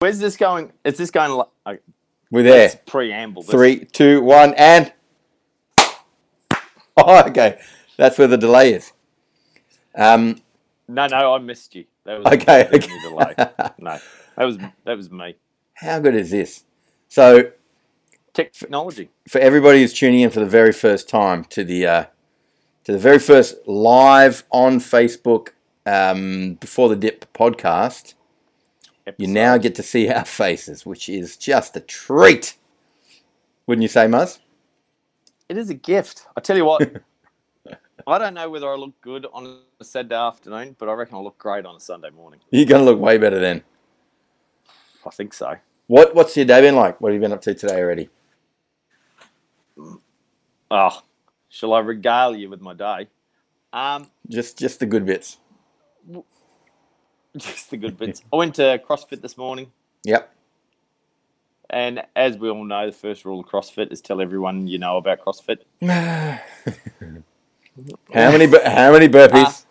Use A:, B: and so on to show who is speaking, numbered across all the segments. A: Where's this going? Is this going? li- Okay,
B: We're there.
A: let's preamble. This.
B: Three, two, one, and. Oh, okay. That's where the delay is. Um,
A: No, no, I missed you. That was
B: Okay,
A: that was
B: okay.
A: me delay. No, that was that was me.
B: how good is this? So,
A: Technology.
B: for everybody who's tuning in for the very first time to the uh, to the very first live on Facebook um, before the dip podcast, you
A: episode.
B: now get to see our faces, which is just a treat. Wouldn't you say, Muzz?
A: It is a gift. I tell you what. I don't know whether I look good on a Saturday afternoon, but I reckon I look great on a Sunday morning.
B: You're gonna look way better then.
A: I think so.
B: What What's your day been like? What have you been up to today already?
A: Oh, shall I regale you with my day? Um,
B: Just Just the good bits.
A: just the good bits. I went to CrossFit this morning,
B: Yep.
A: and as we all know, the first rule of CrossFit is tell everyone you know about CrossFit.
B: how many bur- how many burpees?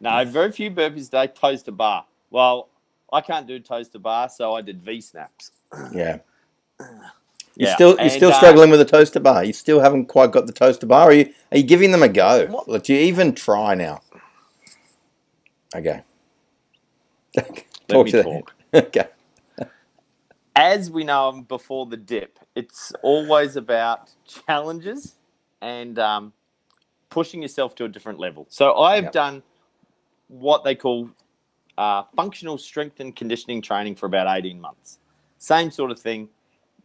A: No, very few burpees today. Toes to bar. Well, I can't do toes to bar, so I did V snaps.
B: yeah. You're
A: Uh, Yeah,
B: still you're
A: and,
B: still
A: uh,
B: struggling with the toaster bar. You still haven't quite got the toaster bar. Are you are you giving them a go?
A: What-
B: Like, do you even try now? Okay.
A: Let me
B: the-
A: talk.
B: Okay.
A: As we know before the dip, it's always about challenges and um, pushing yourself to a different level. So I've
B: Yep.
A: done what they call uh, functional strength and conditioning training for about 18 months. Same sort of thing,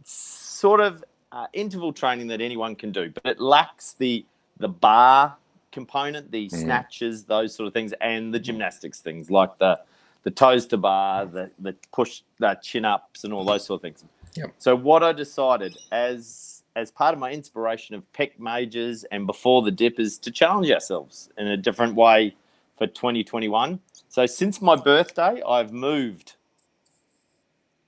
A: sort of uh, interval training that anyone can do, but it lacks the the bar component, the snatches, those sort of things, and the gymnastics things like the the toes to bar, the the push, the chin ups, and all those sort of things.
B: Yep.
A: So what I decided as as part of my inspiration of Peck Majors and before the dip is to challenge ourselves in a different way for 2021. So since my birthday, I've moved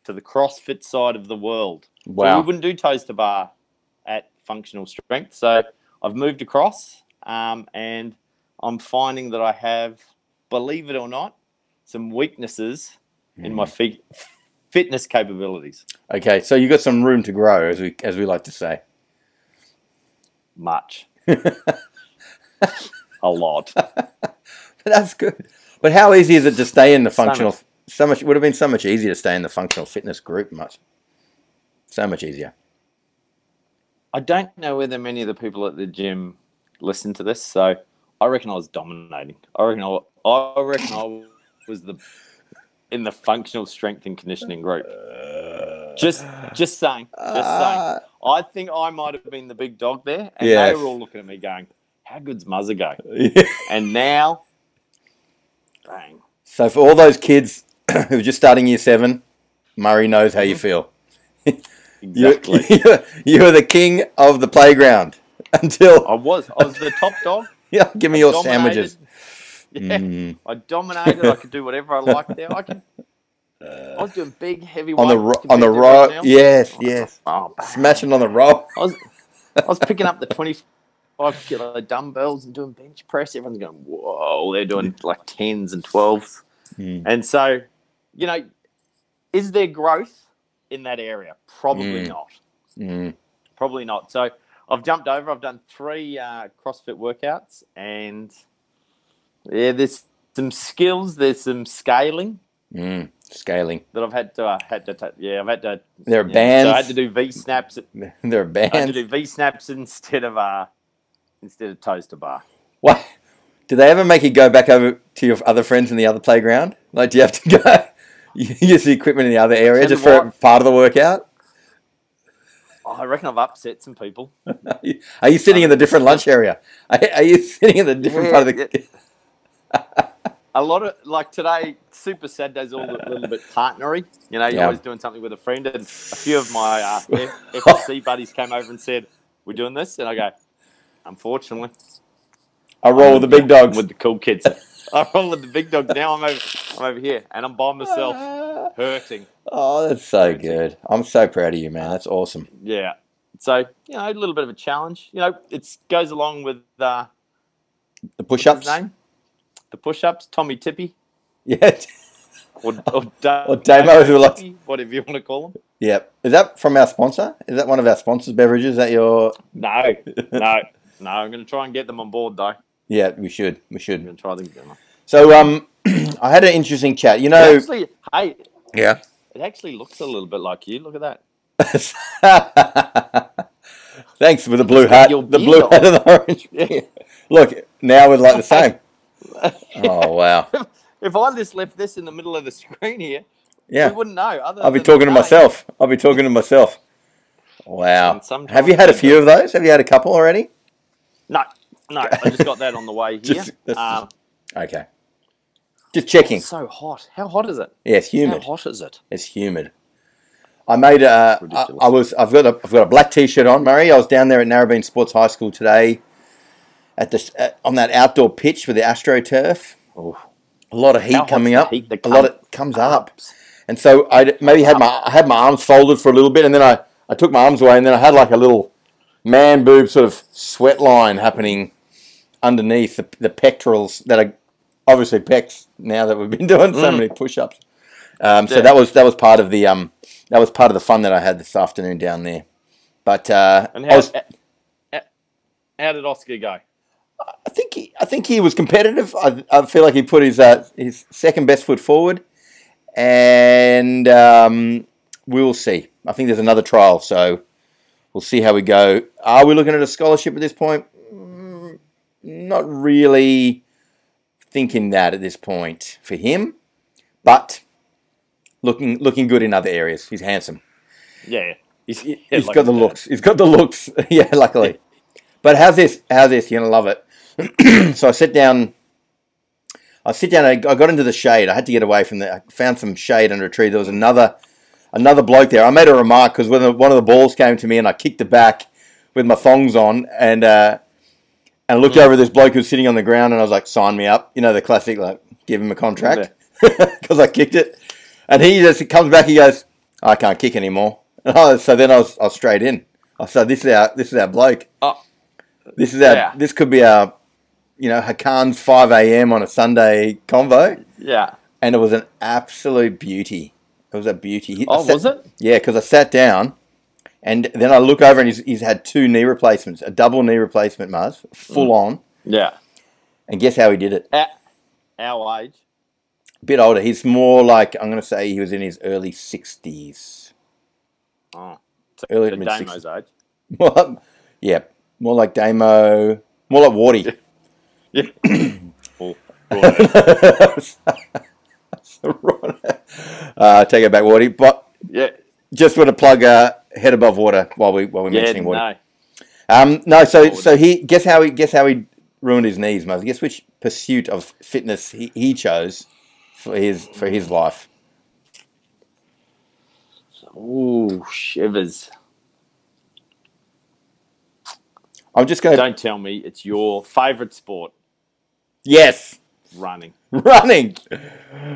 A: to the CrossFit side of the world. So
B: Wow.
A: we wouldn't do toes to bar at functional strength. So I've moved across um, and I'm finding that I have, believe it or not, some weaknesses in my fi- fitness capabilities.
B: Okay. So you got some room to grow, as we as we like to say.
A: Much. A lot.
B: That's good. But how easy is it to stay in the functional?
A: much-
B: So much would have been so much easier to stay in the functional fitness group. Much, so much easier.
A: I don't know whether many of the people at the gym listen to this, so I reckon I was dominating. I reckon I, I reckon I was the in the functional strength and conditioning group. Just just saying, just saying. I think I might have been the big dog there, and
B: Yes.
A: they were all looking at me going, "How good's Muzza go?"
B: Yeah.
A: And now, bang.
B: So for all those kids who are just starting year seven, Murray knows how you feel. Mm-hmm. You-
A: Exactly.
B: You, you are the king of the playground
A: I
B: until
A: was. I was the top dog.
B: yeah, give me your
A: dominated.
B: sandwiches.
A: Yeah,
B: Mm.
A: I dominated. I could do whatever I liked there. I could. I was doing big, heavy
B: Uh, on the
A: weights
B: ro- on the
A: compared to everyone
B: roll.
A: else.
B: Yes, yes.
A: Oh, man.
B: Smashing on the roll.
A: I was, I was picking up the 25 kilo dumbbells and doing bench press. Everyone's going, whoa, they're doing like 10s and 12s.
B: Mm.
A: And so, you know, is there growth in that area? Probably
B: Mm.
A: not.
B: Mm.
A: Probably not. So I've jumped over. I've done three uh, CrossFit workouts and yeah, there's some skills. There's some scaling
B: Mm. Scaling.
A: that I've had to, uh, had to, ta- yeah, I've had to,
B: There are
A: yeah.
B: bands.
A: So I had to do V snaps at
B: there are
A: I had to
B: bands.
A: do V snaps instead of uh instead of toes to bar.
B: What? Do they ever make you go back over to your other friends in the other playground? Like, do you have to go use the equipment in the other area
A: Tell
B: just
A: you
B: for
A: what.
B: part of the workout?
A: Oh, I reckon I've upset some people.
B: Are you sitting in
A: Um,
B: the different lunch area? Are, are you sitting in the different part of the?
A: A lot of like today, Super Saturday's all a little bit partnery. You know, you're
B: Yeah.
A: always doing something with a friend, and a few of my uh, F- FSC buddies came over and said, "We're doing this," and I go, "Unfortunately,
B: I roll with the big
A: I'm
B: dogs.
A: with the cool kids. I roll with the big dogs now. I'm over, I'm over here, and I'm by
B: Ah.
A: myself, hurting."
B: Oh, that's so good. I'm so proud of you, man. That's awesome.
A: Yeah. So you know, a little bit of a challenge. You know, it goes along with uh,
B: The
A: what's
B: push-ups.
A: his name, the push-ups. Tommy Tippy.
B: Yeah.
A: or, or, da-
B: Or Damo, who likes-
A: whatever you want to call them.
B: Yep. Is that from our sponsor? Is that one of our sponsors' beverages? Is that your?
A: No, no, no. I'm going to try and get them on board though. I'm
B: Yeah, we should. We should.
A: going to try them. Again.
B: So um, I had an interesting chat. You know.
A: Actually, hey,
B: Yeah.
A: it actually looks a little bit like you. Look at that.
B: Thanks for the blue hat.
A: Your
B: The
A: beard
B: blue
A: on.
B: hat and the orange. beard. Look, now we're like the same. Oh wow.
A: If I just left this in the middle of the screen here, we
B: Yeah.
A: wouldn't know. Other
B: I'll be
A: than
B: talking to
A: the name.
B: myself. I'll be talking to myself. Wow.
A: And sometimes
B: Have you had a
A: they
B: few of those? Have you had a couple already?
A: No, no. I just got that on the way here.
B: Just- that's
A: um,
B: Okay. Just checking.
A: it's so hot. How hot is it?
B: Yeah, it's
A: How
B: humid.
A: hot is it?
B: It's humid. I made a. I,
A: Ridiculous.
B: I was. I've got a. I've got a black t-shirt on, Murray. I was down there at Narrabeen Sports High School today, at the at, on that outdoor pitch with the AstroTurf.
A: Oh,
B: A lot of heat
A: How hot's
B: coming
A: the
B: up.
A: heat that
B: a lot of comes up, and so I maybe had my I had my arms folded for a little bit, and then I I took my arms away, and then I had like a little man boob sort of sweat line happening underneath the, the pectorals that are obviously pecs now that we've been doing so
A: Mm.
B: many push-ups. Um, so
A: Yeah.
B: that was that was part of the um that was part of the fun that I had this afternoon down there. But uh,
A: And
B: I,
A: how,
B: was,
A: how, how did Oscar go?
B: I think he, I think he was competitive. I, I feel like he put his uh, his second best foot forward, and um, we will see. I think there's another trial, so we'll see how we go. Are we looking at a scholarship at this point? Mm, Not really thinking that at this point for him, but looking looking good in other areas. He's handsome.
A: Yeah, he's, yeah,
B: He's
A: like
B: got the
A: that.
B: looks. He's got the looks. yeah, luckily. But how's this? How's this? You're gonna love it. so I sit down. I sit down. I I got into the shade. I had to get away from the. I found some shade under a tree. There was another, another bloke there. I made a remark because when the, one of the balls came to me and I kicked it back with my thongs on and uh, and looked
A: Mm.
B: over at this bloke who's sitting on the ground and I was like, sign me up. You know the classic like, give him a contract because I kicked it. And he just comes back. He goes, I can't kick anymore. And I was, so then I was, I was straight in. I said, this is our this is our bloke.
A: Oh.
B: This is our
A: Yeah.
B: this could be our you know Hakan's five a.m. on a Sunday convo,
A: Yeah.
B: and it was an absolute beauty. It was a beauty. He- I
A: Oh,
B: sat-
A: was it?
B: Yeah, because I sat down, and then I look over and he's, he's had two knee replacements, a double knee replacement, Mars, full
A: Mm.
B: on.
A: Yeah.
B: And guess how he did it?
A: At our age.
B: A bit older. He's more like I'm going to say he was in his early sixties,
A: Oh,
B: early
A: the
B: to mid sixties.
A: Damo's age.
B: More like, yeah, more like Damo, more like Wardy.
A: Or, or-
B: uh, take it back, Wardy. But
A: yeah.
B: just want to plug uh, head above water while we while we're
A: Yeah.
B: mentioning Wardy.
A: No.
B: Um, no, so
A: Forward.
B: so he guess how he guess how he ruined his knees, Moses. Guess which pursuit of fitness he, he chose for his for his life.
A: Ooh, shivers.
B: I'm just going. to...
A: Don't tell me it's your favorite sport,
B: Yes.
A: running.
B: running,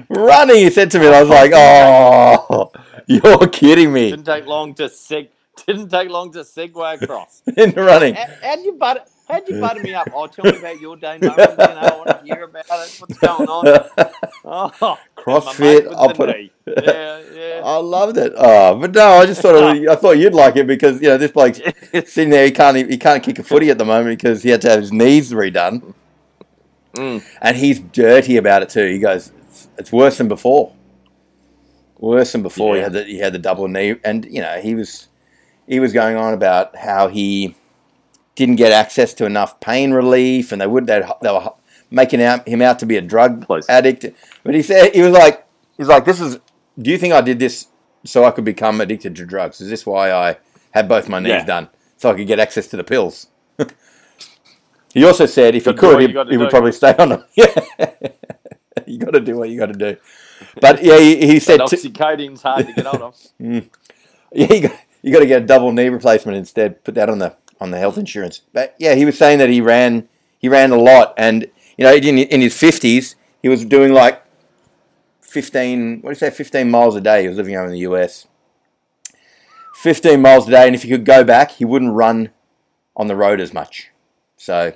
B: running. He said to me, and I was like, "Oh, you're kidding me!"
A: Didn't take long to seg. Didn't take long to segue across.
B: In running,
A: How- How'd you butter? How'd you butter me up? Oh, tell me about your day, Mo. You know, I want to hear about it. What's going on? Oh,
B: CrossFit. I'll put it.
A: it. Yeah, yeah.
B: I loved it. Oh, but no, I just thought it was, I thought you'd like it because you know this bloke's sitting there. He can't e- he can't kick a footy at the moment because he had to have his knees redone,
A: Mm.
B: and he's dirty about it too. He goes, "It's, it's worse than before. Worse than before. He
A: Yeah.
B: had the, he had the double knee, and you know he was he was going on about how he didn't get access to enough pain relief, and they would they they were making out him out to be a drug
A: Please.
B: addict. But he said he was like he's like this is. Do you think I did this so I could become addicted to drugs? Is this why I had both my knees
A: Yeah.
B: done so I could get access to the pills? he also said if he
A: Gotta do what
B: could,
A: you
B: he,
A: gotta
B: he would
A: do.
B: probably stay on them. Yeah. you got to do what you got to do. But yeah, he, he said
A: That
B: to-
A: oxycodine's hard to get hold of.
B: yeah, you got, you got to get a double knee replacement instead. Put that on the on the health insurance. But yeah, he was saying that he ran he ran a lot, and you know, in, in his fifties, he was doing like fifteen. What do you say? Fifteen miles a day. He was living over in the US. Fifteen miles a day, and if he could go back, he wouldn't run on the road as much. So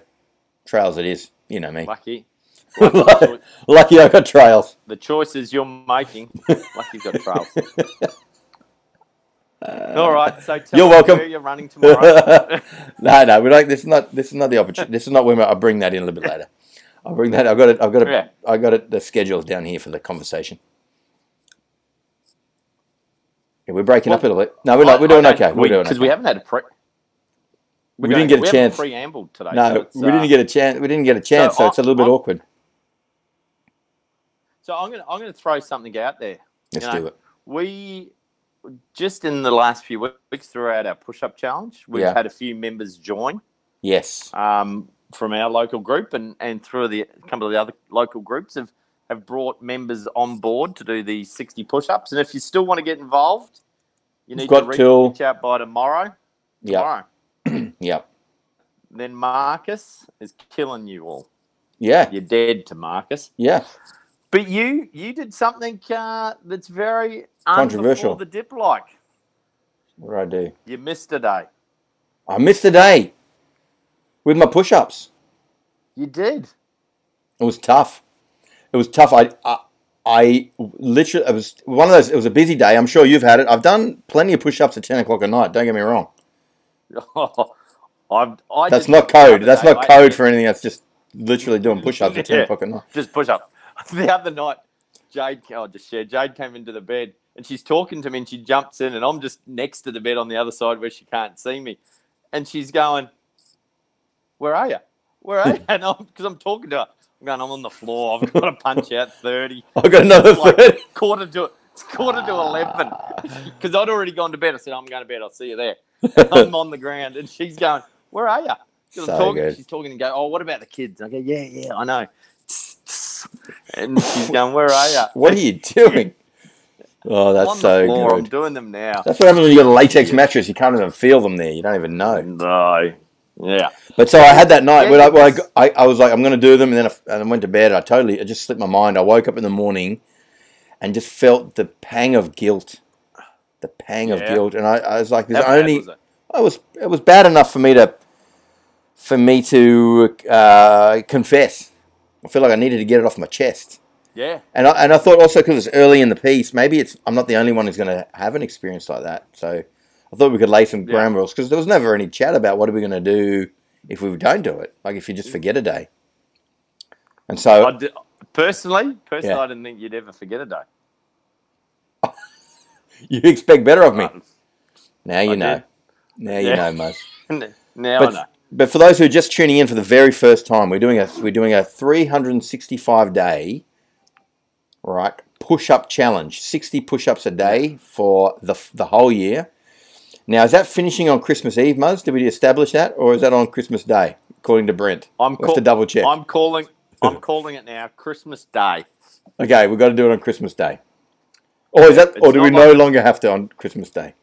B: trails it is. You know me.
A: Lucky. Lucky,
B: Lucky I got trails.
A: the choices you're making, lucky you've got trails. All right, so tell
B: You're
A: us
B: welcome.
A: Where you're running tomorrow?
B: no, no, we don't. This is not. This is not the opportunity. This is not when I will bring that in a little bit later. I'll bring that. I've got it. I've got it.
A: Yeah.
B: I've got it. The schedules down here for the conversation. Yeah, we're breaking up a little bit. No, we're not. We're doing okay. We're doing
A: because we
B: okay.
A: haven't had a pre.
B: We
A: we're
B: didn't
A: going-
B: get a
A: we haven't
B: chance.
A: Preambled today. so
B: No,
A: it's,
B: we didn't
A: uh,
B: get a chance. We didn't get a chance, so,
A: I-
B: it's a little bit
A: I'm-
B: awkward.
A: So I'm gonna I'm gonna throw something out there.
B: Let's
A: you know,
B: do it.
A: We just in the last few we- weeks throughout our push up challenge, we've
B: Yeah.
A: had a few members join
B: Yes.
A: um, from our local group and, and through the a couple of the other local groups have, have brought members on board to do the 60 push ups. And if you still want to get involved, you
B: We've
A: need
B: got
A: to reach,
B: till-
A: reach out by tomorrow.
B: Yeah.
A: Tomorrow.
B: Yeah.
A: Then Marcus is killing you all.
B: Yeah.
A: You're dead to Marcus.
B: Yeah.
A: But you you did something uh, that's very
B: Controversial.
A: unbefore The dip like
B: What did I do?
A: you missed a day.
B: I missed the day with my push-ups.
A: You did.
B: It was tough. It was tough. I, I, I literally, it was one of those, it was a busy day. I'm sure you've had it. I've done plenty of push ups at 10 o'clock at night. Don't get me wrong.
A: I've, I
B: That's
A: did the
B: not code.
A: other
B: That's
A: day, mate.
B: not code for anything. That's just literally doing push ups at 10
A: Yeah.
B: o'clock at night.
A: Just push up. The other night, Jade, oh, just share. Jade came into the bed and she's talking to me and she jumps in and I'm just next to the bed on the other side where she can't see me. And she's going, Where are you? Where are you? And I'm, because I'm talking to her, I'm going, I'm on the floor. I've got to punch out 30.
B: I've got another
A: It's like-
B: 30.
A: quarter to it's quarter to eleven
B: Ah.
A: because I'd already gone to bed. I said, "I'm going to bed. I'll see you there." I'm on the ground, and she's going, "Where are you?" 'Cause
B: So
A: I'm talking,
B: good.
A: She's talking and go, "Oh, what about the kids?" I go, "Yeah, yeah, I know." And she's going, "Where are you?"
B: What are you doing? Oh,
A: on
B: that's
A: the
B: so
A: floor. I'm
B: good.
A: doing them now.
B: That's what happens when you got a latex mattress. You can't even feel them there. You don't even know.
A: No. Yeah.
B: But so I had that night
A: Yeah,
B: when, I, when I,
A: it
B: go- I, I was like, I'm going to do them, and then I, f- and I went to bed. I totally, it just slipped my mind. I woke up in the morning, and just felt the pang of guilt, the pang of
A: Yeah.
B: guilt, and I, I was like,
A: How
B: there's
A: bad
B: only
A: was it?
B: I was it was bad enough for me to for me to uh, confess. I feel like I needed to get it off my chest,
A: Yeah.
B: and I, and I thought also because it's early in the piece, maybe it's I'm not the only one who's going to have an experience like that. So I thought we could lay some
A: Yeah.
B: ground rules because there was never any chat about what are we going to do if we don't do it, like if you
A: Mm.
B: just forget a day. And so
A: I did, personally, personally,
B: Oh. Yeah.
A: I didn't think you'd ever forget a day.
B: you expect better of me. Now you
A: um, I
B: know.
A: did.
B: Now you
A: Yeah.
B: know, most.
A: now I know.
B: but, but for those who are just tuning in for the very first time, we're doing a we're doing a 365 day right push up challenge, 60 push ups a day for the the whole year. Now, is that finishing on Christmas Eve, Muzz? Did we establish that, or is that on Christmas Day, according to Brent?
A: I'm
B: we'll have to
A: call-
B: double check.
A: I'm calling. I'm calling it now. Christmas Day.
B: Okay, we've got to do it on Christmas Day. Or is that, or
A: It's
B: do we
A: not
B: no
A: like-
B: longer have to on Christmas Day?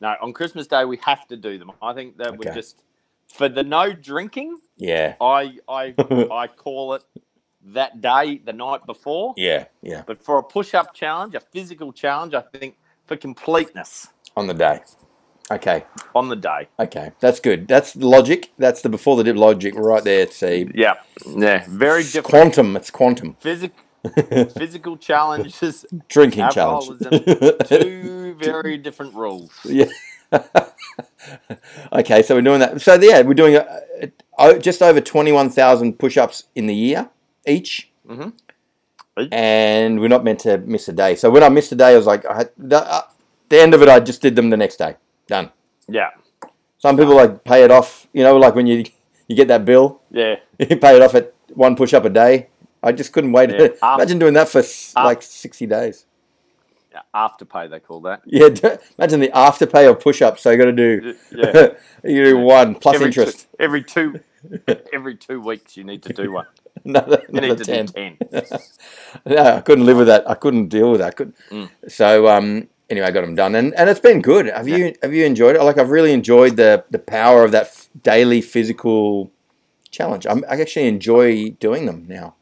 A: No, on Christmas Day we have to do them. I think that we
B: Okay.
A: just for the no drinking.
B: Yeah,
A: I I I call it that day, the night before.
B: yeah, yeah.
A: But for a push-up challenge, a physical challenge, I think for completeness
B: On the day. Okay.
A: on the day.
B: Okay, that's good. That's the logic. That's the before the dip logic right there. It's a
A: Yeah, yeah, very
B: it's
A: different.
B: quantum. It's quantum
A: Physical physical challenges,
B: drinking
A: alcoholism,
B: challenge.
A: two very different rules.
B: yeah. okay, so we're doing that. So yeah, we're doing uh uh just over twenty-one thousand push-ups in the year each,
A: Mhm.
B: and we're not meant to miss a day. So when I missed a day, I was like, I had, the, uh, the end of it, I just did them the next day. Done.
A: Yeah,
B: Some people like pay it off. You know, like when you you get that bill
A: yeah.
B: You pay it off at one push up a day. I just couldn't wait.
A: Yeah. Ah. Up.
B: imagine doing that for s
A: Up.
B: like 60 days.
A: Afterpay they call that.
B: Yeah, d- imagine the afterpay of push ups. So you got to do,
A: Yeah.
B: you do one plus
A: every
B: interest.
A: Two, every two every two weeks you need to do one.
B: Another,
A: You
B: another
A: need to
B: 10.
A: do ten.
B: No, I couldn't live with that. I couldn't deal with that. I couldn't.
A: Mm.
B: So um, anyway, I got them done, and, and it's been good. Have you have you enjoyed it? Like I've really enjoyed the the power of that f- daily physical challenge. I'm, I actually enjoy doing them now.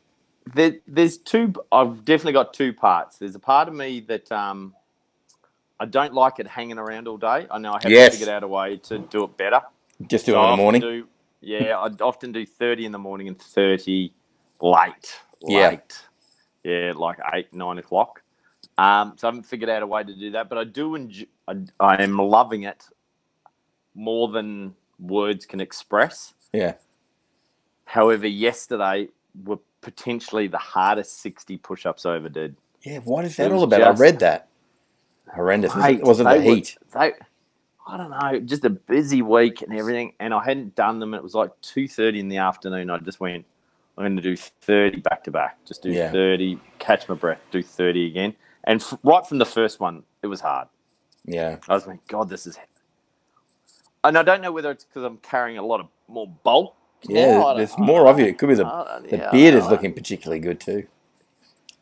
A: There, there's two. I've definitely got two parts. There's a part of me that um, I don't like it hanging around all day. I know I have
B: Yes.
A: to figured out a way to do it better.
B: Just do
A: So
B: it
A: I
B: in
A: often
B: the morning.
A: Do, yeah, I often do thirty in the morning and thirty late,
B: Yeah.
A: late, yeah, like eight, nine o'clock. Um, so I haven't figured out a way to do that, but I do enjoy. I, I am loving it more than words can express.
B: Yeah.
A: However, yesterday were potentially the hardest sixty push-ups I ever did.
B: Yeah, what is
A: It
B: that
A: was
B: all about? I
A: just-
B: read that. Horrendous. isn't
A: Mate,
B: it? was it
A: they
B: the
A: were-
B: heat?
A: They, I don't know, just a busy week and everything, and I hadn't done them. It was like two thirty in the afternoon. I just went, I'm going to do thirty back to back. Just do
B: Yeah.
A: thirty, catch my breath, do thirty again. And f- right from the first one, it was hard.
B: Yeah.
A: I was like, God, this is. And I don't know whether it's because I'm carrying a lot of more bulk.
B: Yeah,
A: now. I
B: there's
A: don't-
B: more of you. It could be the,
A: I don't-
B: the
A: uh, yeah, I
B: beard
A: don't
B: is
A: know.
B: looking particularly good too.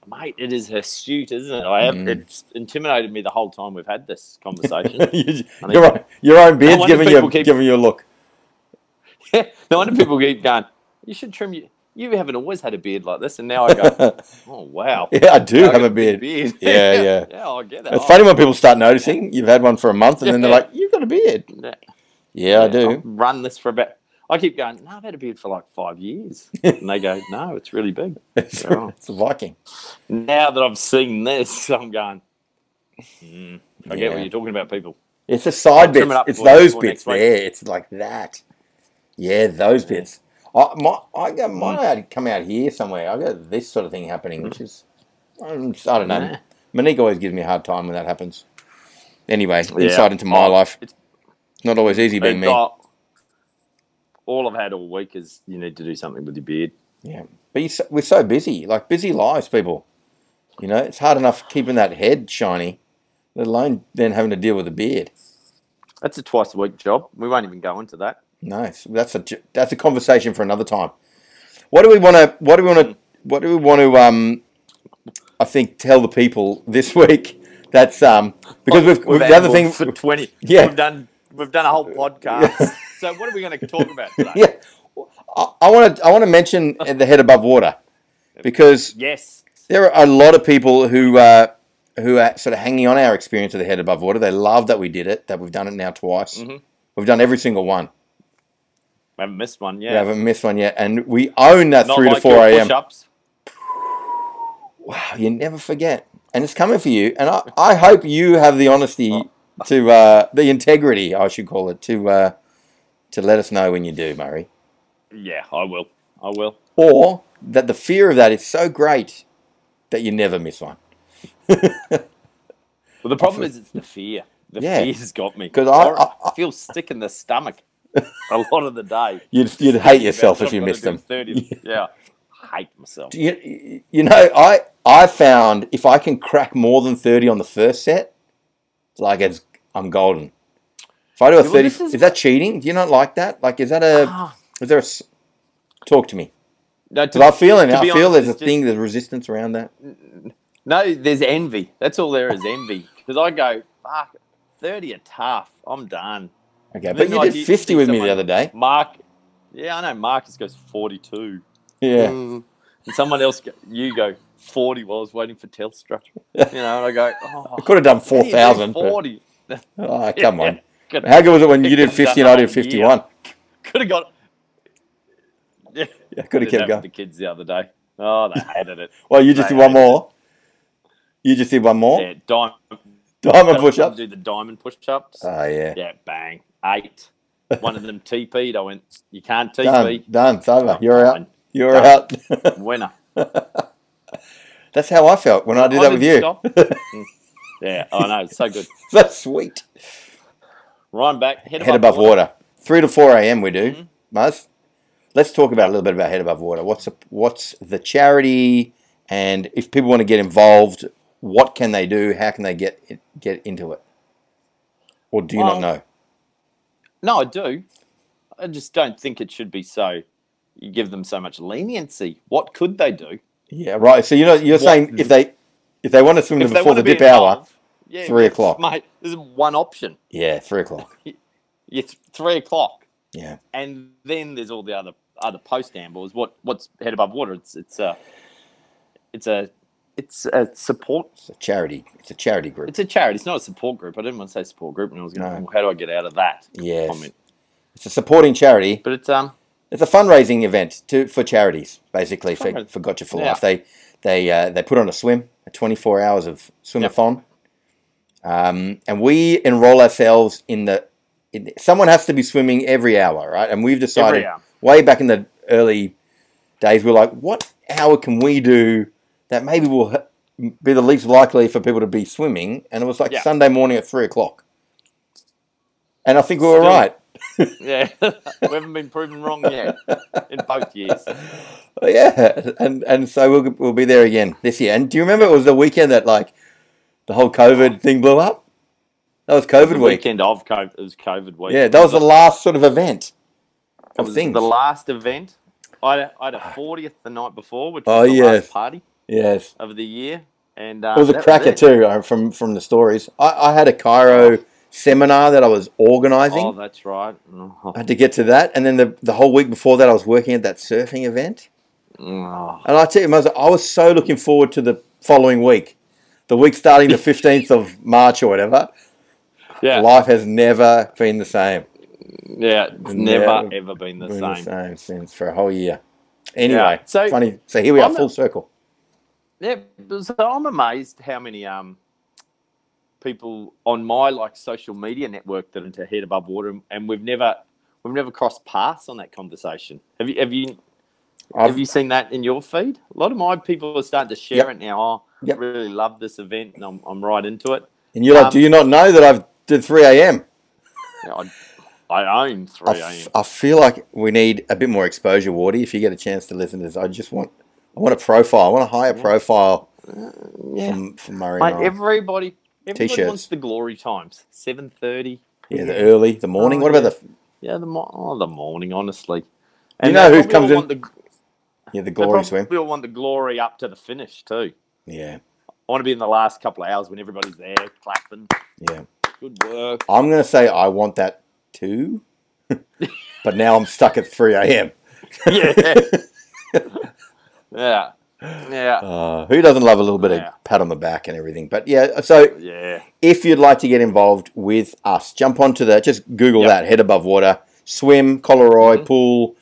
A: mate. It is astute, isn't it? I have,
B: Mm.
A: It's intimidated me the whole time we've had this conversation.
B: You-
A: I mean-
B: your, own, your own beard's
A: wonder
B: giving you
A: people keep-
B: giving you a look.
A: Yeah, no wonder people keep going. You should trim you. You haven't always had a beard like this, and now I go, oh wow,
B: yeah, I
A: Now
B: do
A: I
B: have
A: got
B: a beard.
A: beard.
B: Yeah, yeah.
A: yeah. I get that.
B: It's
A: Oh,
B: funny when people start noticing you've had one for a month and then they're
A: Yeah.
B: like, "You've got a beard."
A: yeah,
B: Yeah, I
A: yeah,
B: do.
A: I'll run this for about. I keep going. No, I've had a beard for like five years, and they go, no, it's really big.
B: It's,
A: Yeah.
B: it's a Viking.
A: Now that I've seen this, I'm going. "Hmm, I get
B: Yeah.
A: what you're talking about, people.
B: It's the side
A: Trim
B: bits.
A: it up
B: It's
A: for-
B: those
A: for next
B: bits
A: week.
B: there. It's like that. Yeah, those bits. I my I got
A: Hmm.
B: mine had come out here somewhere. I got this sort of thing happening, which is I'm just- I don't know.
A: Yeah.
B: Monique always gives me a hard time when that happens. Anyway,
A: Yeah.
B: insight into my
A: Oh,
B: life.
A: it's-
B: It's not always easy being
A: And
B: me.
A: I- all I've had all week is you need to do something with your beard.
B: Yeah, but you, so- we're so busy, like busy lives, people. You know, it's hard enough keeping that head shiny, let alone then having to deal with a beard.
A: That's a twice a week job. We won't even go into that.
B: Nice. That's a j- that's a conversation for another time. What do we want to? What do we want to? What do we want to? Um, I think tell the people this week. That's um because we've, we've the other thing.
A: for twenty.
B: Yeah.
A: we've done we've done a whole podcast. so what are we going to talk about today?
B: Yeah, I want to I want to mention the head above water because
A: Yes,
B: there are a lot of people who uh, who are sort of hanging on our experience of the head above water. They love that we did it. That we've done it now twice.
A: Mm-hmm.
B: We've done every single one.
A: I haven't missed one.
B: We
A: Yeah,
B: haven't missed one yet, and we own that
A: Not
B: three
A: like
B: to four
A: your
B: a.m.
A: push-ups.
B: Wow, you never forget, and it's coming for you. And I, I hope you have the honesty
A: Oh.
B: to uh, the integrity, I should call it, to uh, to let us know when you do, Murray,
A: Yeah, I will. I will.
B: or that the fear of that is so great that you never miss one.
A: Well, the problem is it's the fear. The
B: Yeah.
A: fear's got me
B: 'Cause I- I-
A: I feel sick in the stomach a lot of the day.
B: You'd you'd hate yourself
A: About
B: if you
A: what I've
B: missed
A: gotta do
B: them.
A: 30. Yeah, I hate myself.
B: You, you know, I I found if I can crack more than thirty on the first set, like it's I'm golden. If I do a
A: well,
B: thirty,
A: this is-
B: is that cheating? Do you not like that? Like, is that a
A: Ah.
B: is there a s- talk to me?
A: No, to,
B: Because I feel it.
A: to
B: I
A: be
B: feel
A: honest,
B: there's a
A: it's just-
B: thing, there's resistance around that.
A: No, there's envy. That's all there is envy. Because I go, fuck, thirty are tough. I'm done.
B: Okay,
A: And
B: but
A: then,
B: you
A: like,
B: did
A: you
B: 50
A: see
B: with me the
A: someone-
B: other day.
A: Mark, yeah, I know. Marcus goes forty-two.
B: Yeah.
A: Mm. And someone else, go, you go 40 while I was waiting for Telstra. You know, and I go, oh,
B: I could have done 4,000. but-
A: 40.
B: Oh, come on.
A: Could,
B: How good was it when you
A: Could've
B: did
A: done
B: 50
A: the
B: and I did
A: whole year.
B: 51?
A: could have got. Yeah,
B: Yeah, could
A: did that
B: have
A: with
B: kept
A: The
B: going.
A: kids the other day. Oh, they hated it.
B: Well, you just
A: They
B: did one
A: hated it.
B: more. You just did one more.
A: Yeah, diamond.
B: Diamond Oh. push
A: up.
B: ups.
A: Do the diamond push ups.
B: Oh, yeah.
A: yeah, bang. Eight. One of them TP'd. I went, you can't
B: Done.
A: TP.
B: Done. It's over. You're
A: Oh,
B: out.
A: Fine.
B: You're
A: Done.
B: out.
A: Winner.
B: That's how I felt when I did that with you.
A: Stop. Mm. yeah, I know. It's so good.
B: That's sweet.
A: Ryan back. Head, Mm-hmm.
B: Head above water. 3 to 4 a.m. we do. Muzz, let's talk about a little bit about Head Above Water. What's the, what's the charity, and if people want to get involved, what can they do? How can they get get into it? Or do you
A: Well,
B: not know?
A: No, I do. I just don't think it should be so. You give them so much leniency. What could they do
B: Yeah, right. So you know you're saying if they if they want to swim before
A: wanna
B: the
A: be
B: dip hour,
A: involved, yeah,
B: three o'clock.
A: mate? This is one option.
B: yeah, three o'clock.
A: You th- three o'clock,
B: Yeah,
A: and then there's all the other other post ambles. What what's head above water? It's it's a it's a it's a support.
B: it's a charity. It's a charity group.
A: It's a charity. It's not a support group. I didn't want to say support group, and I was going,
B: No.
A: well, how do I get out of that
B: Yes,
A: comment?
B: it's a supporting charity.
A: But it's um
B: It's a fundraising event to for charities, basically for,
A: Fundraising.
B: for Gotcha for
A: Yeah.
B: Life. They they uh, they put on a swim, a 24 hours of swimathon, um, and we enroll ourselves in the. In, someone has to be swimming every hour, right? And we've decided
A: hour.
B: way back in the early days, we were like, what hour can we do that maybe will h- be the least likely for people to be swimming? And it was like
A: Yeah.
B: Sunday morning at three o'clock, and I think we were
A: Still-
B: right.
A: Yeah, we haven't been proven wrong yet in both years.
B: Oh, yeah, and and so we'll we'll be there again this year. And do you remember it was the weekend that like the whole COVID thing blew up? That was COVID
A: The
B: week.
A: weekend of COVID, it was COVID week.
B: Yeah, that was the last sort of event
A: It
B: of
A: was
B: things. Ah.
A: The last event. I had, a- I had a fortieth the night before, which
B: Oh,
A: was the
B: yes.
A: last party
B: yes,
A: of the year, and uh,
B: it was a
A: that
B: cracker
A: it.
B: too uh, from from the stories. I, I had a Cairo seminar that I was organising.
A: Oh, that's right. Oh,
B: I had to get to that, and then the the whole week before that, I was working at that surfing event.
A: oh.
B: And I tell you, Moses, I was so looking forward to the following week, the week starting the fifteenth of March or whatever.
A: Yeah,
B: Life has never been the same.
A: yeah. It's
B: Never
A: never, ever been the
B: Been
A: same.
B: since for a whole year. Anyway,
A: Yeah, so-
B: funny. So here we are,
A: I'm a-
B: full circle.
A: Yeah, but so I'm amazed how many um people on my like social media network that are head above water, and- and we've never we've never crossed paths on that conversation. Have you have you
B: I've,
A: have you seen that in your feed? A lot of my people are starting to share
B: Yep.
A: it now. Oh,
B: Yep.
A: really love this event, and I'm, I'm right into it.
B: and you're like,
A: um,
B: do you not know that I've did three a.m.
A: Yeah, I, I own
B: I,
A: three AM.
B: f- I feel like we need a bit more exposure, Wardy. If you get a chance to listen to this, I just want, I want a profile. I want a higher profile
A: Yeah,
B: from, from Murray.
A: mate,
B: and I.
A: everybody, everybody
B: T-shirts.
A: wants the glory times. Seven thirty.
B: yeah, the early, the morning.
A: Oh,
B: what about the
A: Yeah, the mo- oh, the morning, honestly.
B: know
A: they
B: who
A: probably
B: comes
A: all
B: in?
A: want The,
B: yeah the
A: They
B: glory swim?
A: probably all want the glory up to the finish too.
B: Yeah,
A: I want to be in the last couple of hours when everybody's there clapping.
B: yeah.
A: Good work.
B: I'm gonna say I want that too, but now I'm stuck at three a.m.
A: Yeah. yeah. Yeah.
B: Uh, who doesn't love a little bit
A: Yeah.
B: of pat on the back and everything? But yeah, so
A: Yeah.
B: if you'd like to get involved with us, jump onto the just Google
A: Yep. Mm-hmm.
B: that head above water, swim, Coleroy pool,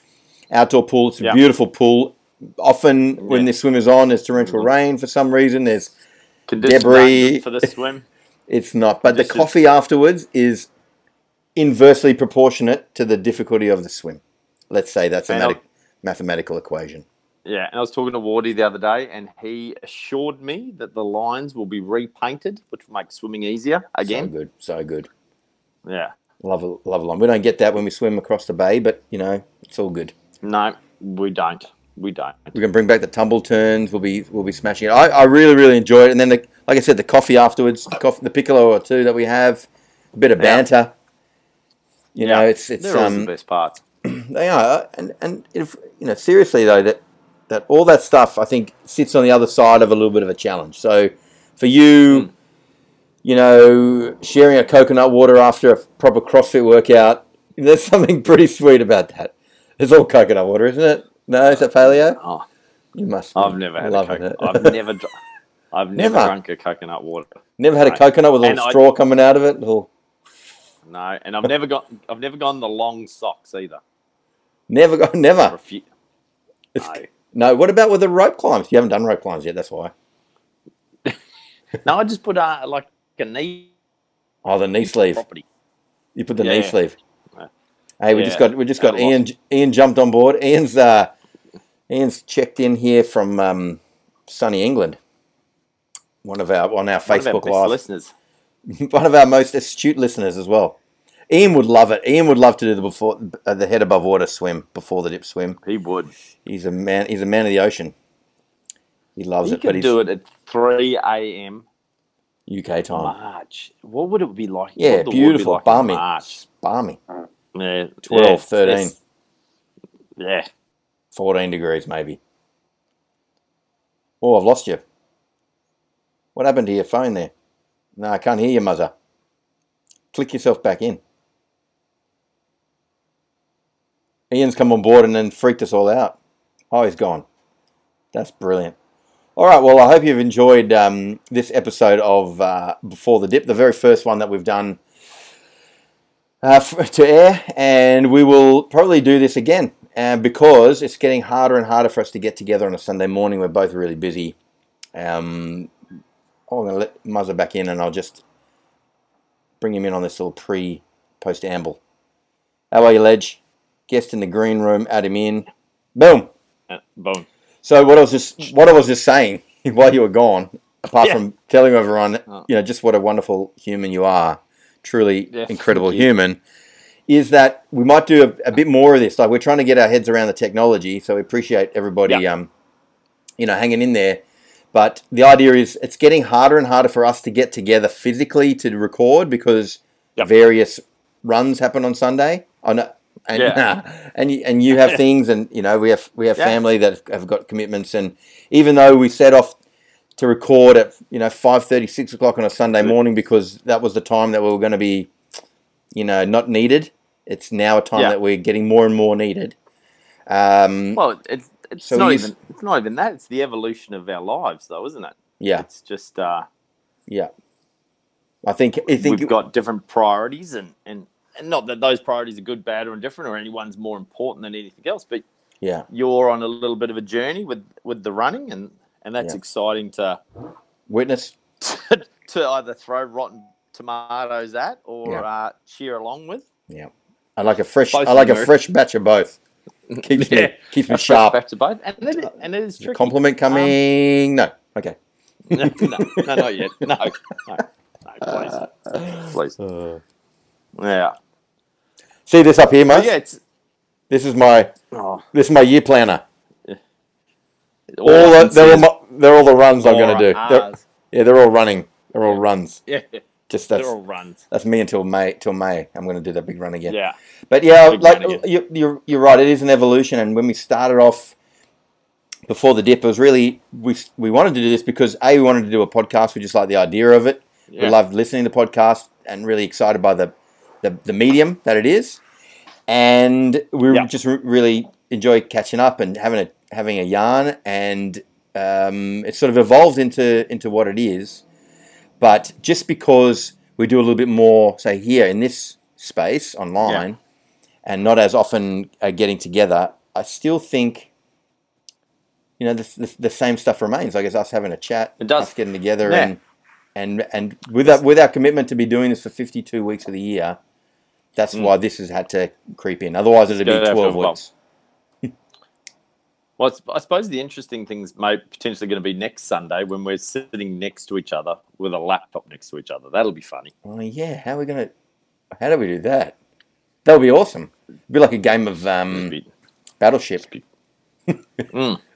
B: outdoor pool. It's a
A: Yep.
B: beautiful pool. Often when
A: Yeah.
B: the swim is on, there's torrential
A: Mhm.
B: rain for some reason. There's
A: Condition
B: Debris.
A: dangerous for the swim.
B: it's not, but the
A: Just a-
B: coffee afterwards is inversely proportionate to the difficulty of the swim. Let's say that's a
A: And I'll-
B: mathe- mathematical equation.
A: Yeah. And I was talking to Wardy the other day and he assured me that the lines will be repainted, which will make swimming easier
B: so
A: again.
B: good, so good.
A: Yeah.
B: Love, a- love a line. We don't get that when we swim across the bay, but you know it's all good.
A: No, we don't. We don't.
B: We're gonna bring back the tumble turns. We'll be we'll be smashing it. I, I really really enjoy it. And then the, like I said, the coffee afterwards, the, coffee, the piccolo or two that we have, a bit of
A: Yeah.
B: banter. You know,
A: Yeah.
B: it's it's
A: They're always
B: um
A: the best parts.
B: they are. And and if you know seriously though that that all that stuff I think sits on the other side of a little bit of a challenge. So for
A: Hmm.
B: you, you know, sharing a coconut water after a proper CrossFit workout, there's something pretty sweet about that. It's all coconut water, isn't it? No, is that paleo?
A: Oh,
B: You must. be
A: I've never had a
B: loving
A: coconut.
B: it.
A: I've never, dr- I've never,
B: Never?
A: drunk a coconut water.
B: Never had a
A: Right.
B: coconut with a
A: And
B: little
A: I-
B: straw coming out of it. Little,
A: No, and I've never got I've never gone the long socks either.
B: never, go- never.
A: Refu-
B: It's-
A: no.
B: no. What about with the rope climbs? You haven't done rope climbs yet. That's why.
A: no, I just put uh, like a knee
B: Oh, the knee sleeve.
A: property.
B: You put the
A: Yeah,
B: knee
A: yeah.
B: sleeve.
A: Right.
B: Hey, we
A: Yeah,
B: just got we just got
A: had a lot.
B: Ian. Ian jumped on board. Ian's uh, Ian's checked in here from um, sunny England. One of our on our
A: One of our
B: Facebook
A: best
B: live.
A: listeners.
B: one of our most astute listeners as well. Ian would love it. Ian would love to do the before uh, the head above water swim before the dip swim.
A: He would.
B: He's a man. He's a man of the ocean. He loves
A: He
B: it, but
A: could
B: he's
A: do it at three a.m.
B: UK time.
A: March. What would it be like?
B: Yeah,
A: what would the water be
B: beautiful,
A: like in
B: balmy.
A: March.
B: Balmy,
A: Yeah,
B: 12,
A: yeah,
B: 13.
A: it's- Yeah,
B: 14 degrees maybe. Oh, I've lost you. What happened to your phone there? No, I can't hear you, mother. Click yourself back in. Ian's come on board and then freaked us all out. Oh, he's gone. That's brilliant. All right, well, I hope you've enjoyed um, this episode of uh, Before the Dip, the very first one that we've done uh, f- to air, and we will probably do this again and because it's getting harder and harder for us to get together on a Sunday morning, we're both really busy. Um, oh, I'm going to let Muzza back in, and I'll just bring him in on this little pre-post amble. How are you, Ledge? Guest in the green room, add him in. Boom.
A: Uh, boom.
B: So what I was just what I was just saying while you were gone, apart
A: Yeah.
B: from telling everyone,
A: Oh.
B: you know, just what a wonderful human you are, truly
A: Yeah,
B: incredible
A: thank you.
B: human, is that we might do a, a bit more of this. Like we're trying to get our heads around the technology, so we appreciate everybody,
A: Yeah.
B: um, you know, hanging in there. But the idea is it's getting harder and harder for us to get together physically to record because
A: Yep.
B: various runs happen on Sunday. On and and you, and you have things, and you know we have we have
A: Yeah.
B: family that have got commitments, and even though we set off to record at you know five thirty six o'clock on a Sunday morning because that was the time that we were going to be, you know, not needed. It's now a time
A: Yeah.
B: that we're getting more and more needed. Um,
A: Well, it's it's
B: So
A: not
B: he's-
A: even it's not even that. It's the evolution of our lives, though, isn't it?
B: yeah,
A: It's just uh,
B: yeah. I think I think
A: we've got different priorities, and and and not that those priorities are good, bad, or indifferent, or anyone's more important than anything else. But
B: yeah,
A: you're on a little bit of a journey with with the running, and and that's
B: Yeah.
A: exciting to
B: witness.
A: to either throw rotten tomatoes at or
B: Yeah.
A: uh, cheer along with.
B: I like a fresh.
A: Both
B: I like a
A: Ameri-
B: fresh batch of both. Keeps
A: Yeah.
B: me keeps me
A: Fresh Um,
B: sharp.
A: Back to both, and it, and it is
B: Is a
A: tricky.
B: compliment coming? no. Okay.
A: no, no, no, not yet. No, no, no please, please. Yeah,
B: See this up here,
A: but
B: mate.
A: Oh, yeah, it's
B: This is my
A: oh,
B: this is my year planner.
A: all
B: All
A: I can
B: the,
A: see
B: they're, all
A: is
B: my, they're all the runs I'm going
A: four
B: to do. They're,
A: R's.
B: yeah, they're all running. They're all runs.
A: Yeah,
B: Just
A: they're
B: that's
A: all runs.
B: that's me until May. Till May, I'm going to do that big run again.
A: Yeah,
B: But yeah,
A: Big
B: like
A: man again.
B: you, you're, you're right. It is an evolution, and when we started off before the dip, it was really we we wanted to do this because a we wanted to do a podcast. We just like the idea of it.
A: yeah.
B: We loved listening to podcasts and really excited by the the, the medium that it is, and we
A: Yeah.
B: just re- really enjoy catching up and having a having a yarn, and um, it sort of evolved into into what it is. But just because we do a little bit more, say here in this space online, and not as often uh, getting together, I still think. You know, the, the, the same stuff remains. I guess us having a chat,
A: It does.
B: us getting together,
A: Yeah.
B: and and and with our, with our commitment to be doing this for 52 weeks of the year, that's
A: Mm.
B: why this has had to creep in. Otherwise, it'd
A: Yeah,
B: be
A: I feel
B: 12
A: well.
B: weeks.
A: Well, it's- I suppose the interesting things may potentially going to be next Sunday when we're sitting next to each other with a laptop next to each other. That'll be funny.
B: Oh yeah, how are we gonna? How do we do that? That would be awesome. It'd be like a game of
A: It'd
B: um,
A: be-
B: Battleship.
A: be- Mm.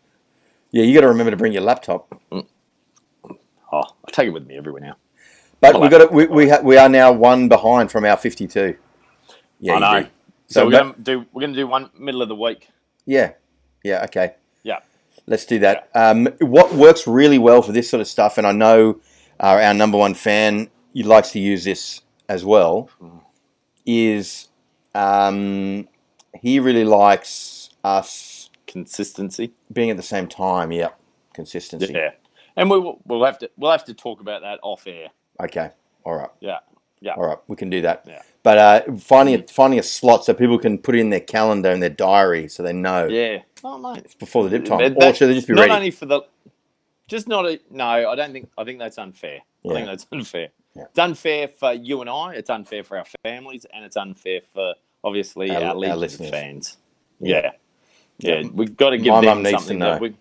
B: Yeah, you got to remember to bring your laptop.
A: Oh, I take it with me everywhere now.
B: But
A: My
B: we got to, we we, ha- we are now one behind from our 52. Yeah,
A: I
B: you
A: know.
B: do.
A: So,
B: So
A: we're
B: ma-
A: gonna do we're gonna do one middle of the week.
B: Yeah. Yeah. Okay.
A: Yeah.
B: Let's do that. Um, what works really well for this sort of stuff, and I know uh, our number one fan he likes to use this as well,
A: Hmm.
B: is um, he really likes us
A: Consistency.
B: being at the same time. Yeah. Consistency.
A: Yeah, and we will, we'll have to we'll have to talk about that off air.
B: Okay. All right.
A: Yeah. Yeah.
B: All right. We can do that.
A: Yeah. Mm.
B: But uh, finding a, finding a slot so people can put it in their calendar and their diary so they know
A: Yeah. Oh mate.
B: before the dip time,
A: That-
B: or should they just be
A: not
B: ready?
A: only for the just not a no. I don't think I think that's unfair. I
B: Yeah.
A: think that's unfair.
B: Yeah.
A: It's unfair for you and I. It's unfair for our families, and it's unfair for obviously
B: Our-
A: our,
B: our
A: Legion
B: listeners.
A: fans.
B: Yeah.
A: Yeah. yeah, We've got to give
B: My mum
A: them
B: needs to
A: something
B: know.
A: that we.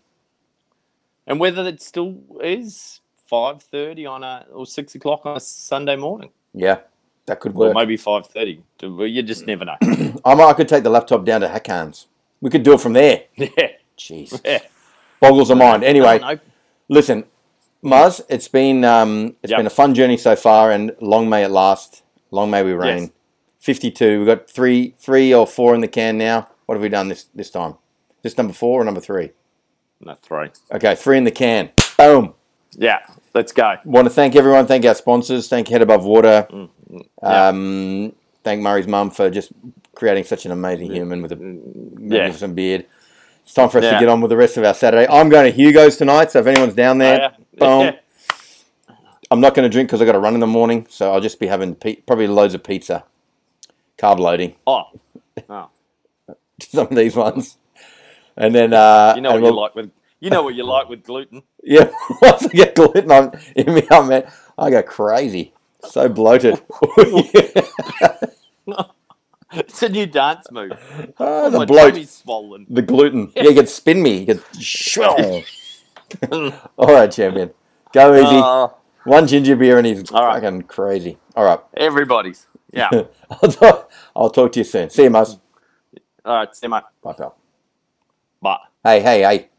A: And whether it still is five thirty on a or six o'clock on a Sunday morning,
B: yeah. That could
A: or
B: work.
A: maybe five thirty. You just never know.
B: I might, I could take the laptop down to Hackans. We could do it from there.
A: yeah.
B: Jeez,
A: Yeah.
B: boggles the mind. Anyway,
A: I don't know.
B: listen, Muzz, it's been um, it's
A: Yep.
B: been a fun journey so far, and long may it last. Long may we reign.
A: Yes.
B: Fifty-two. We've got three, three or four in the can now. What have we done this this time? This number four or number three?
A: No, three.
B: Okay, three in the can. Boom.
A: Yeah, let's go.
B: Want to thank everyone. Thank our sponsors. Thank Head Above Water.
A: Mm, yeah.
B: Um, thank Murray's mum for just creating such an amazing
A: Mm,
B: human with a magnificent beard. It's time for us to
A: Yeah.
B: get on with the rest of our Saturday. I'm going to Hugo's tonight, so if anyone's down there,
A: Oh, yeah.
B: boom. I'm not going to drink because I got to run in the morning, so I'll just be having pi- probably loads of pizza, carb loading.
A: Oh. Oh.
B: to some of these ones. And then uh,
A: You know what
B: and
A: you
B: we'll-
A: like with you know what you like with gluten.
B: Yeah, once I get gluten on in me, I man, I go crazy. So bloated.
A: It's a new dance move.
B: Ah,
A: Oh,
B: the
A: my
B: bloat,
A: tummy's swollen.
B: the gluten. Yeah, you could spin me. You could shwell. All right, champion. Go easy.
A: Uh,
B: One ginger beer and he's
A: all right.
B: fucking crazy. All right.
A: everybody's. Yeah.
B: I'll, talk, I'll talk to you soon. See you, Muzz.
A: All right, see you, mate.
B: Bye, pal.
A: Bye.
B: Hey, hey, hey.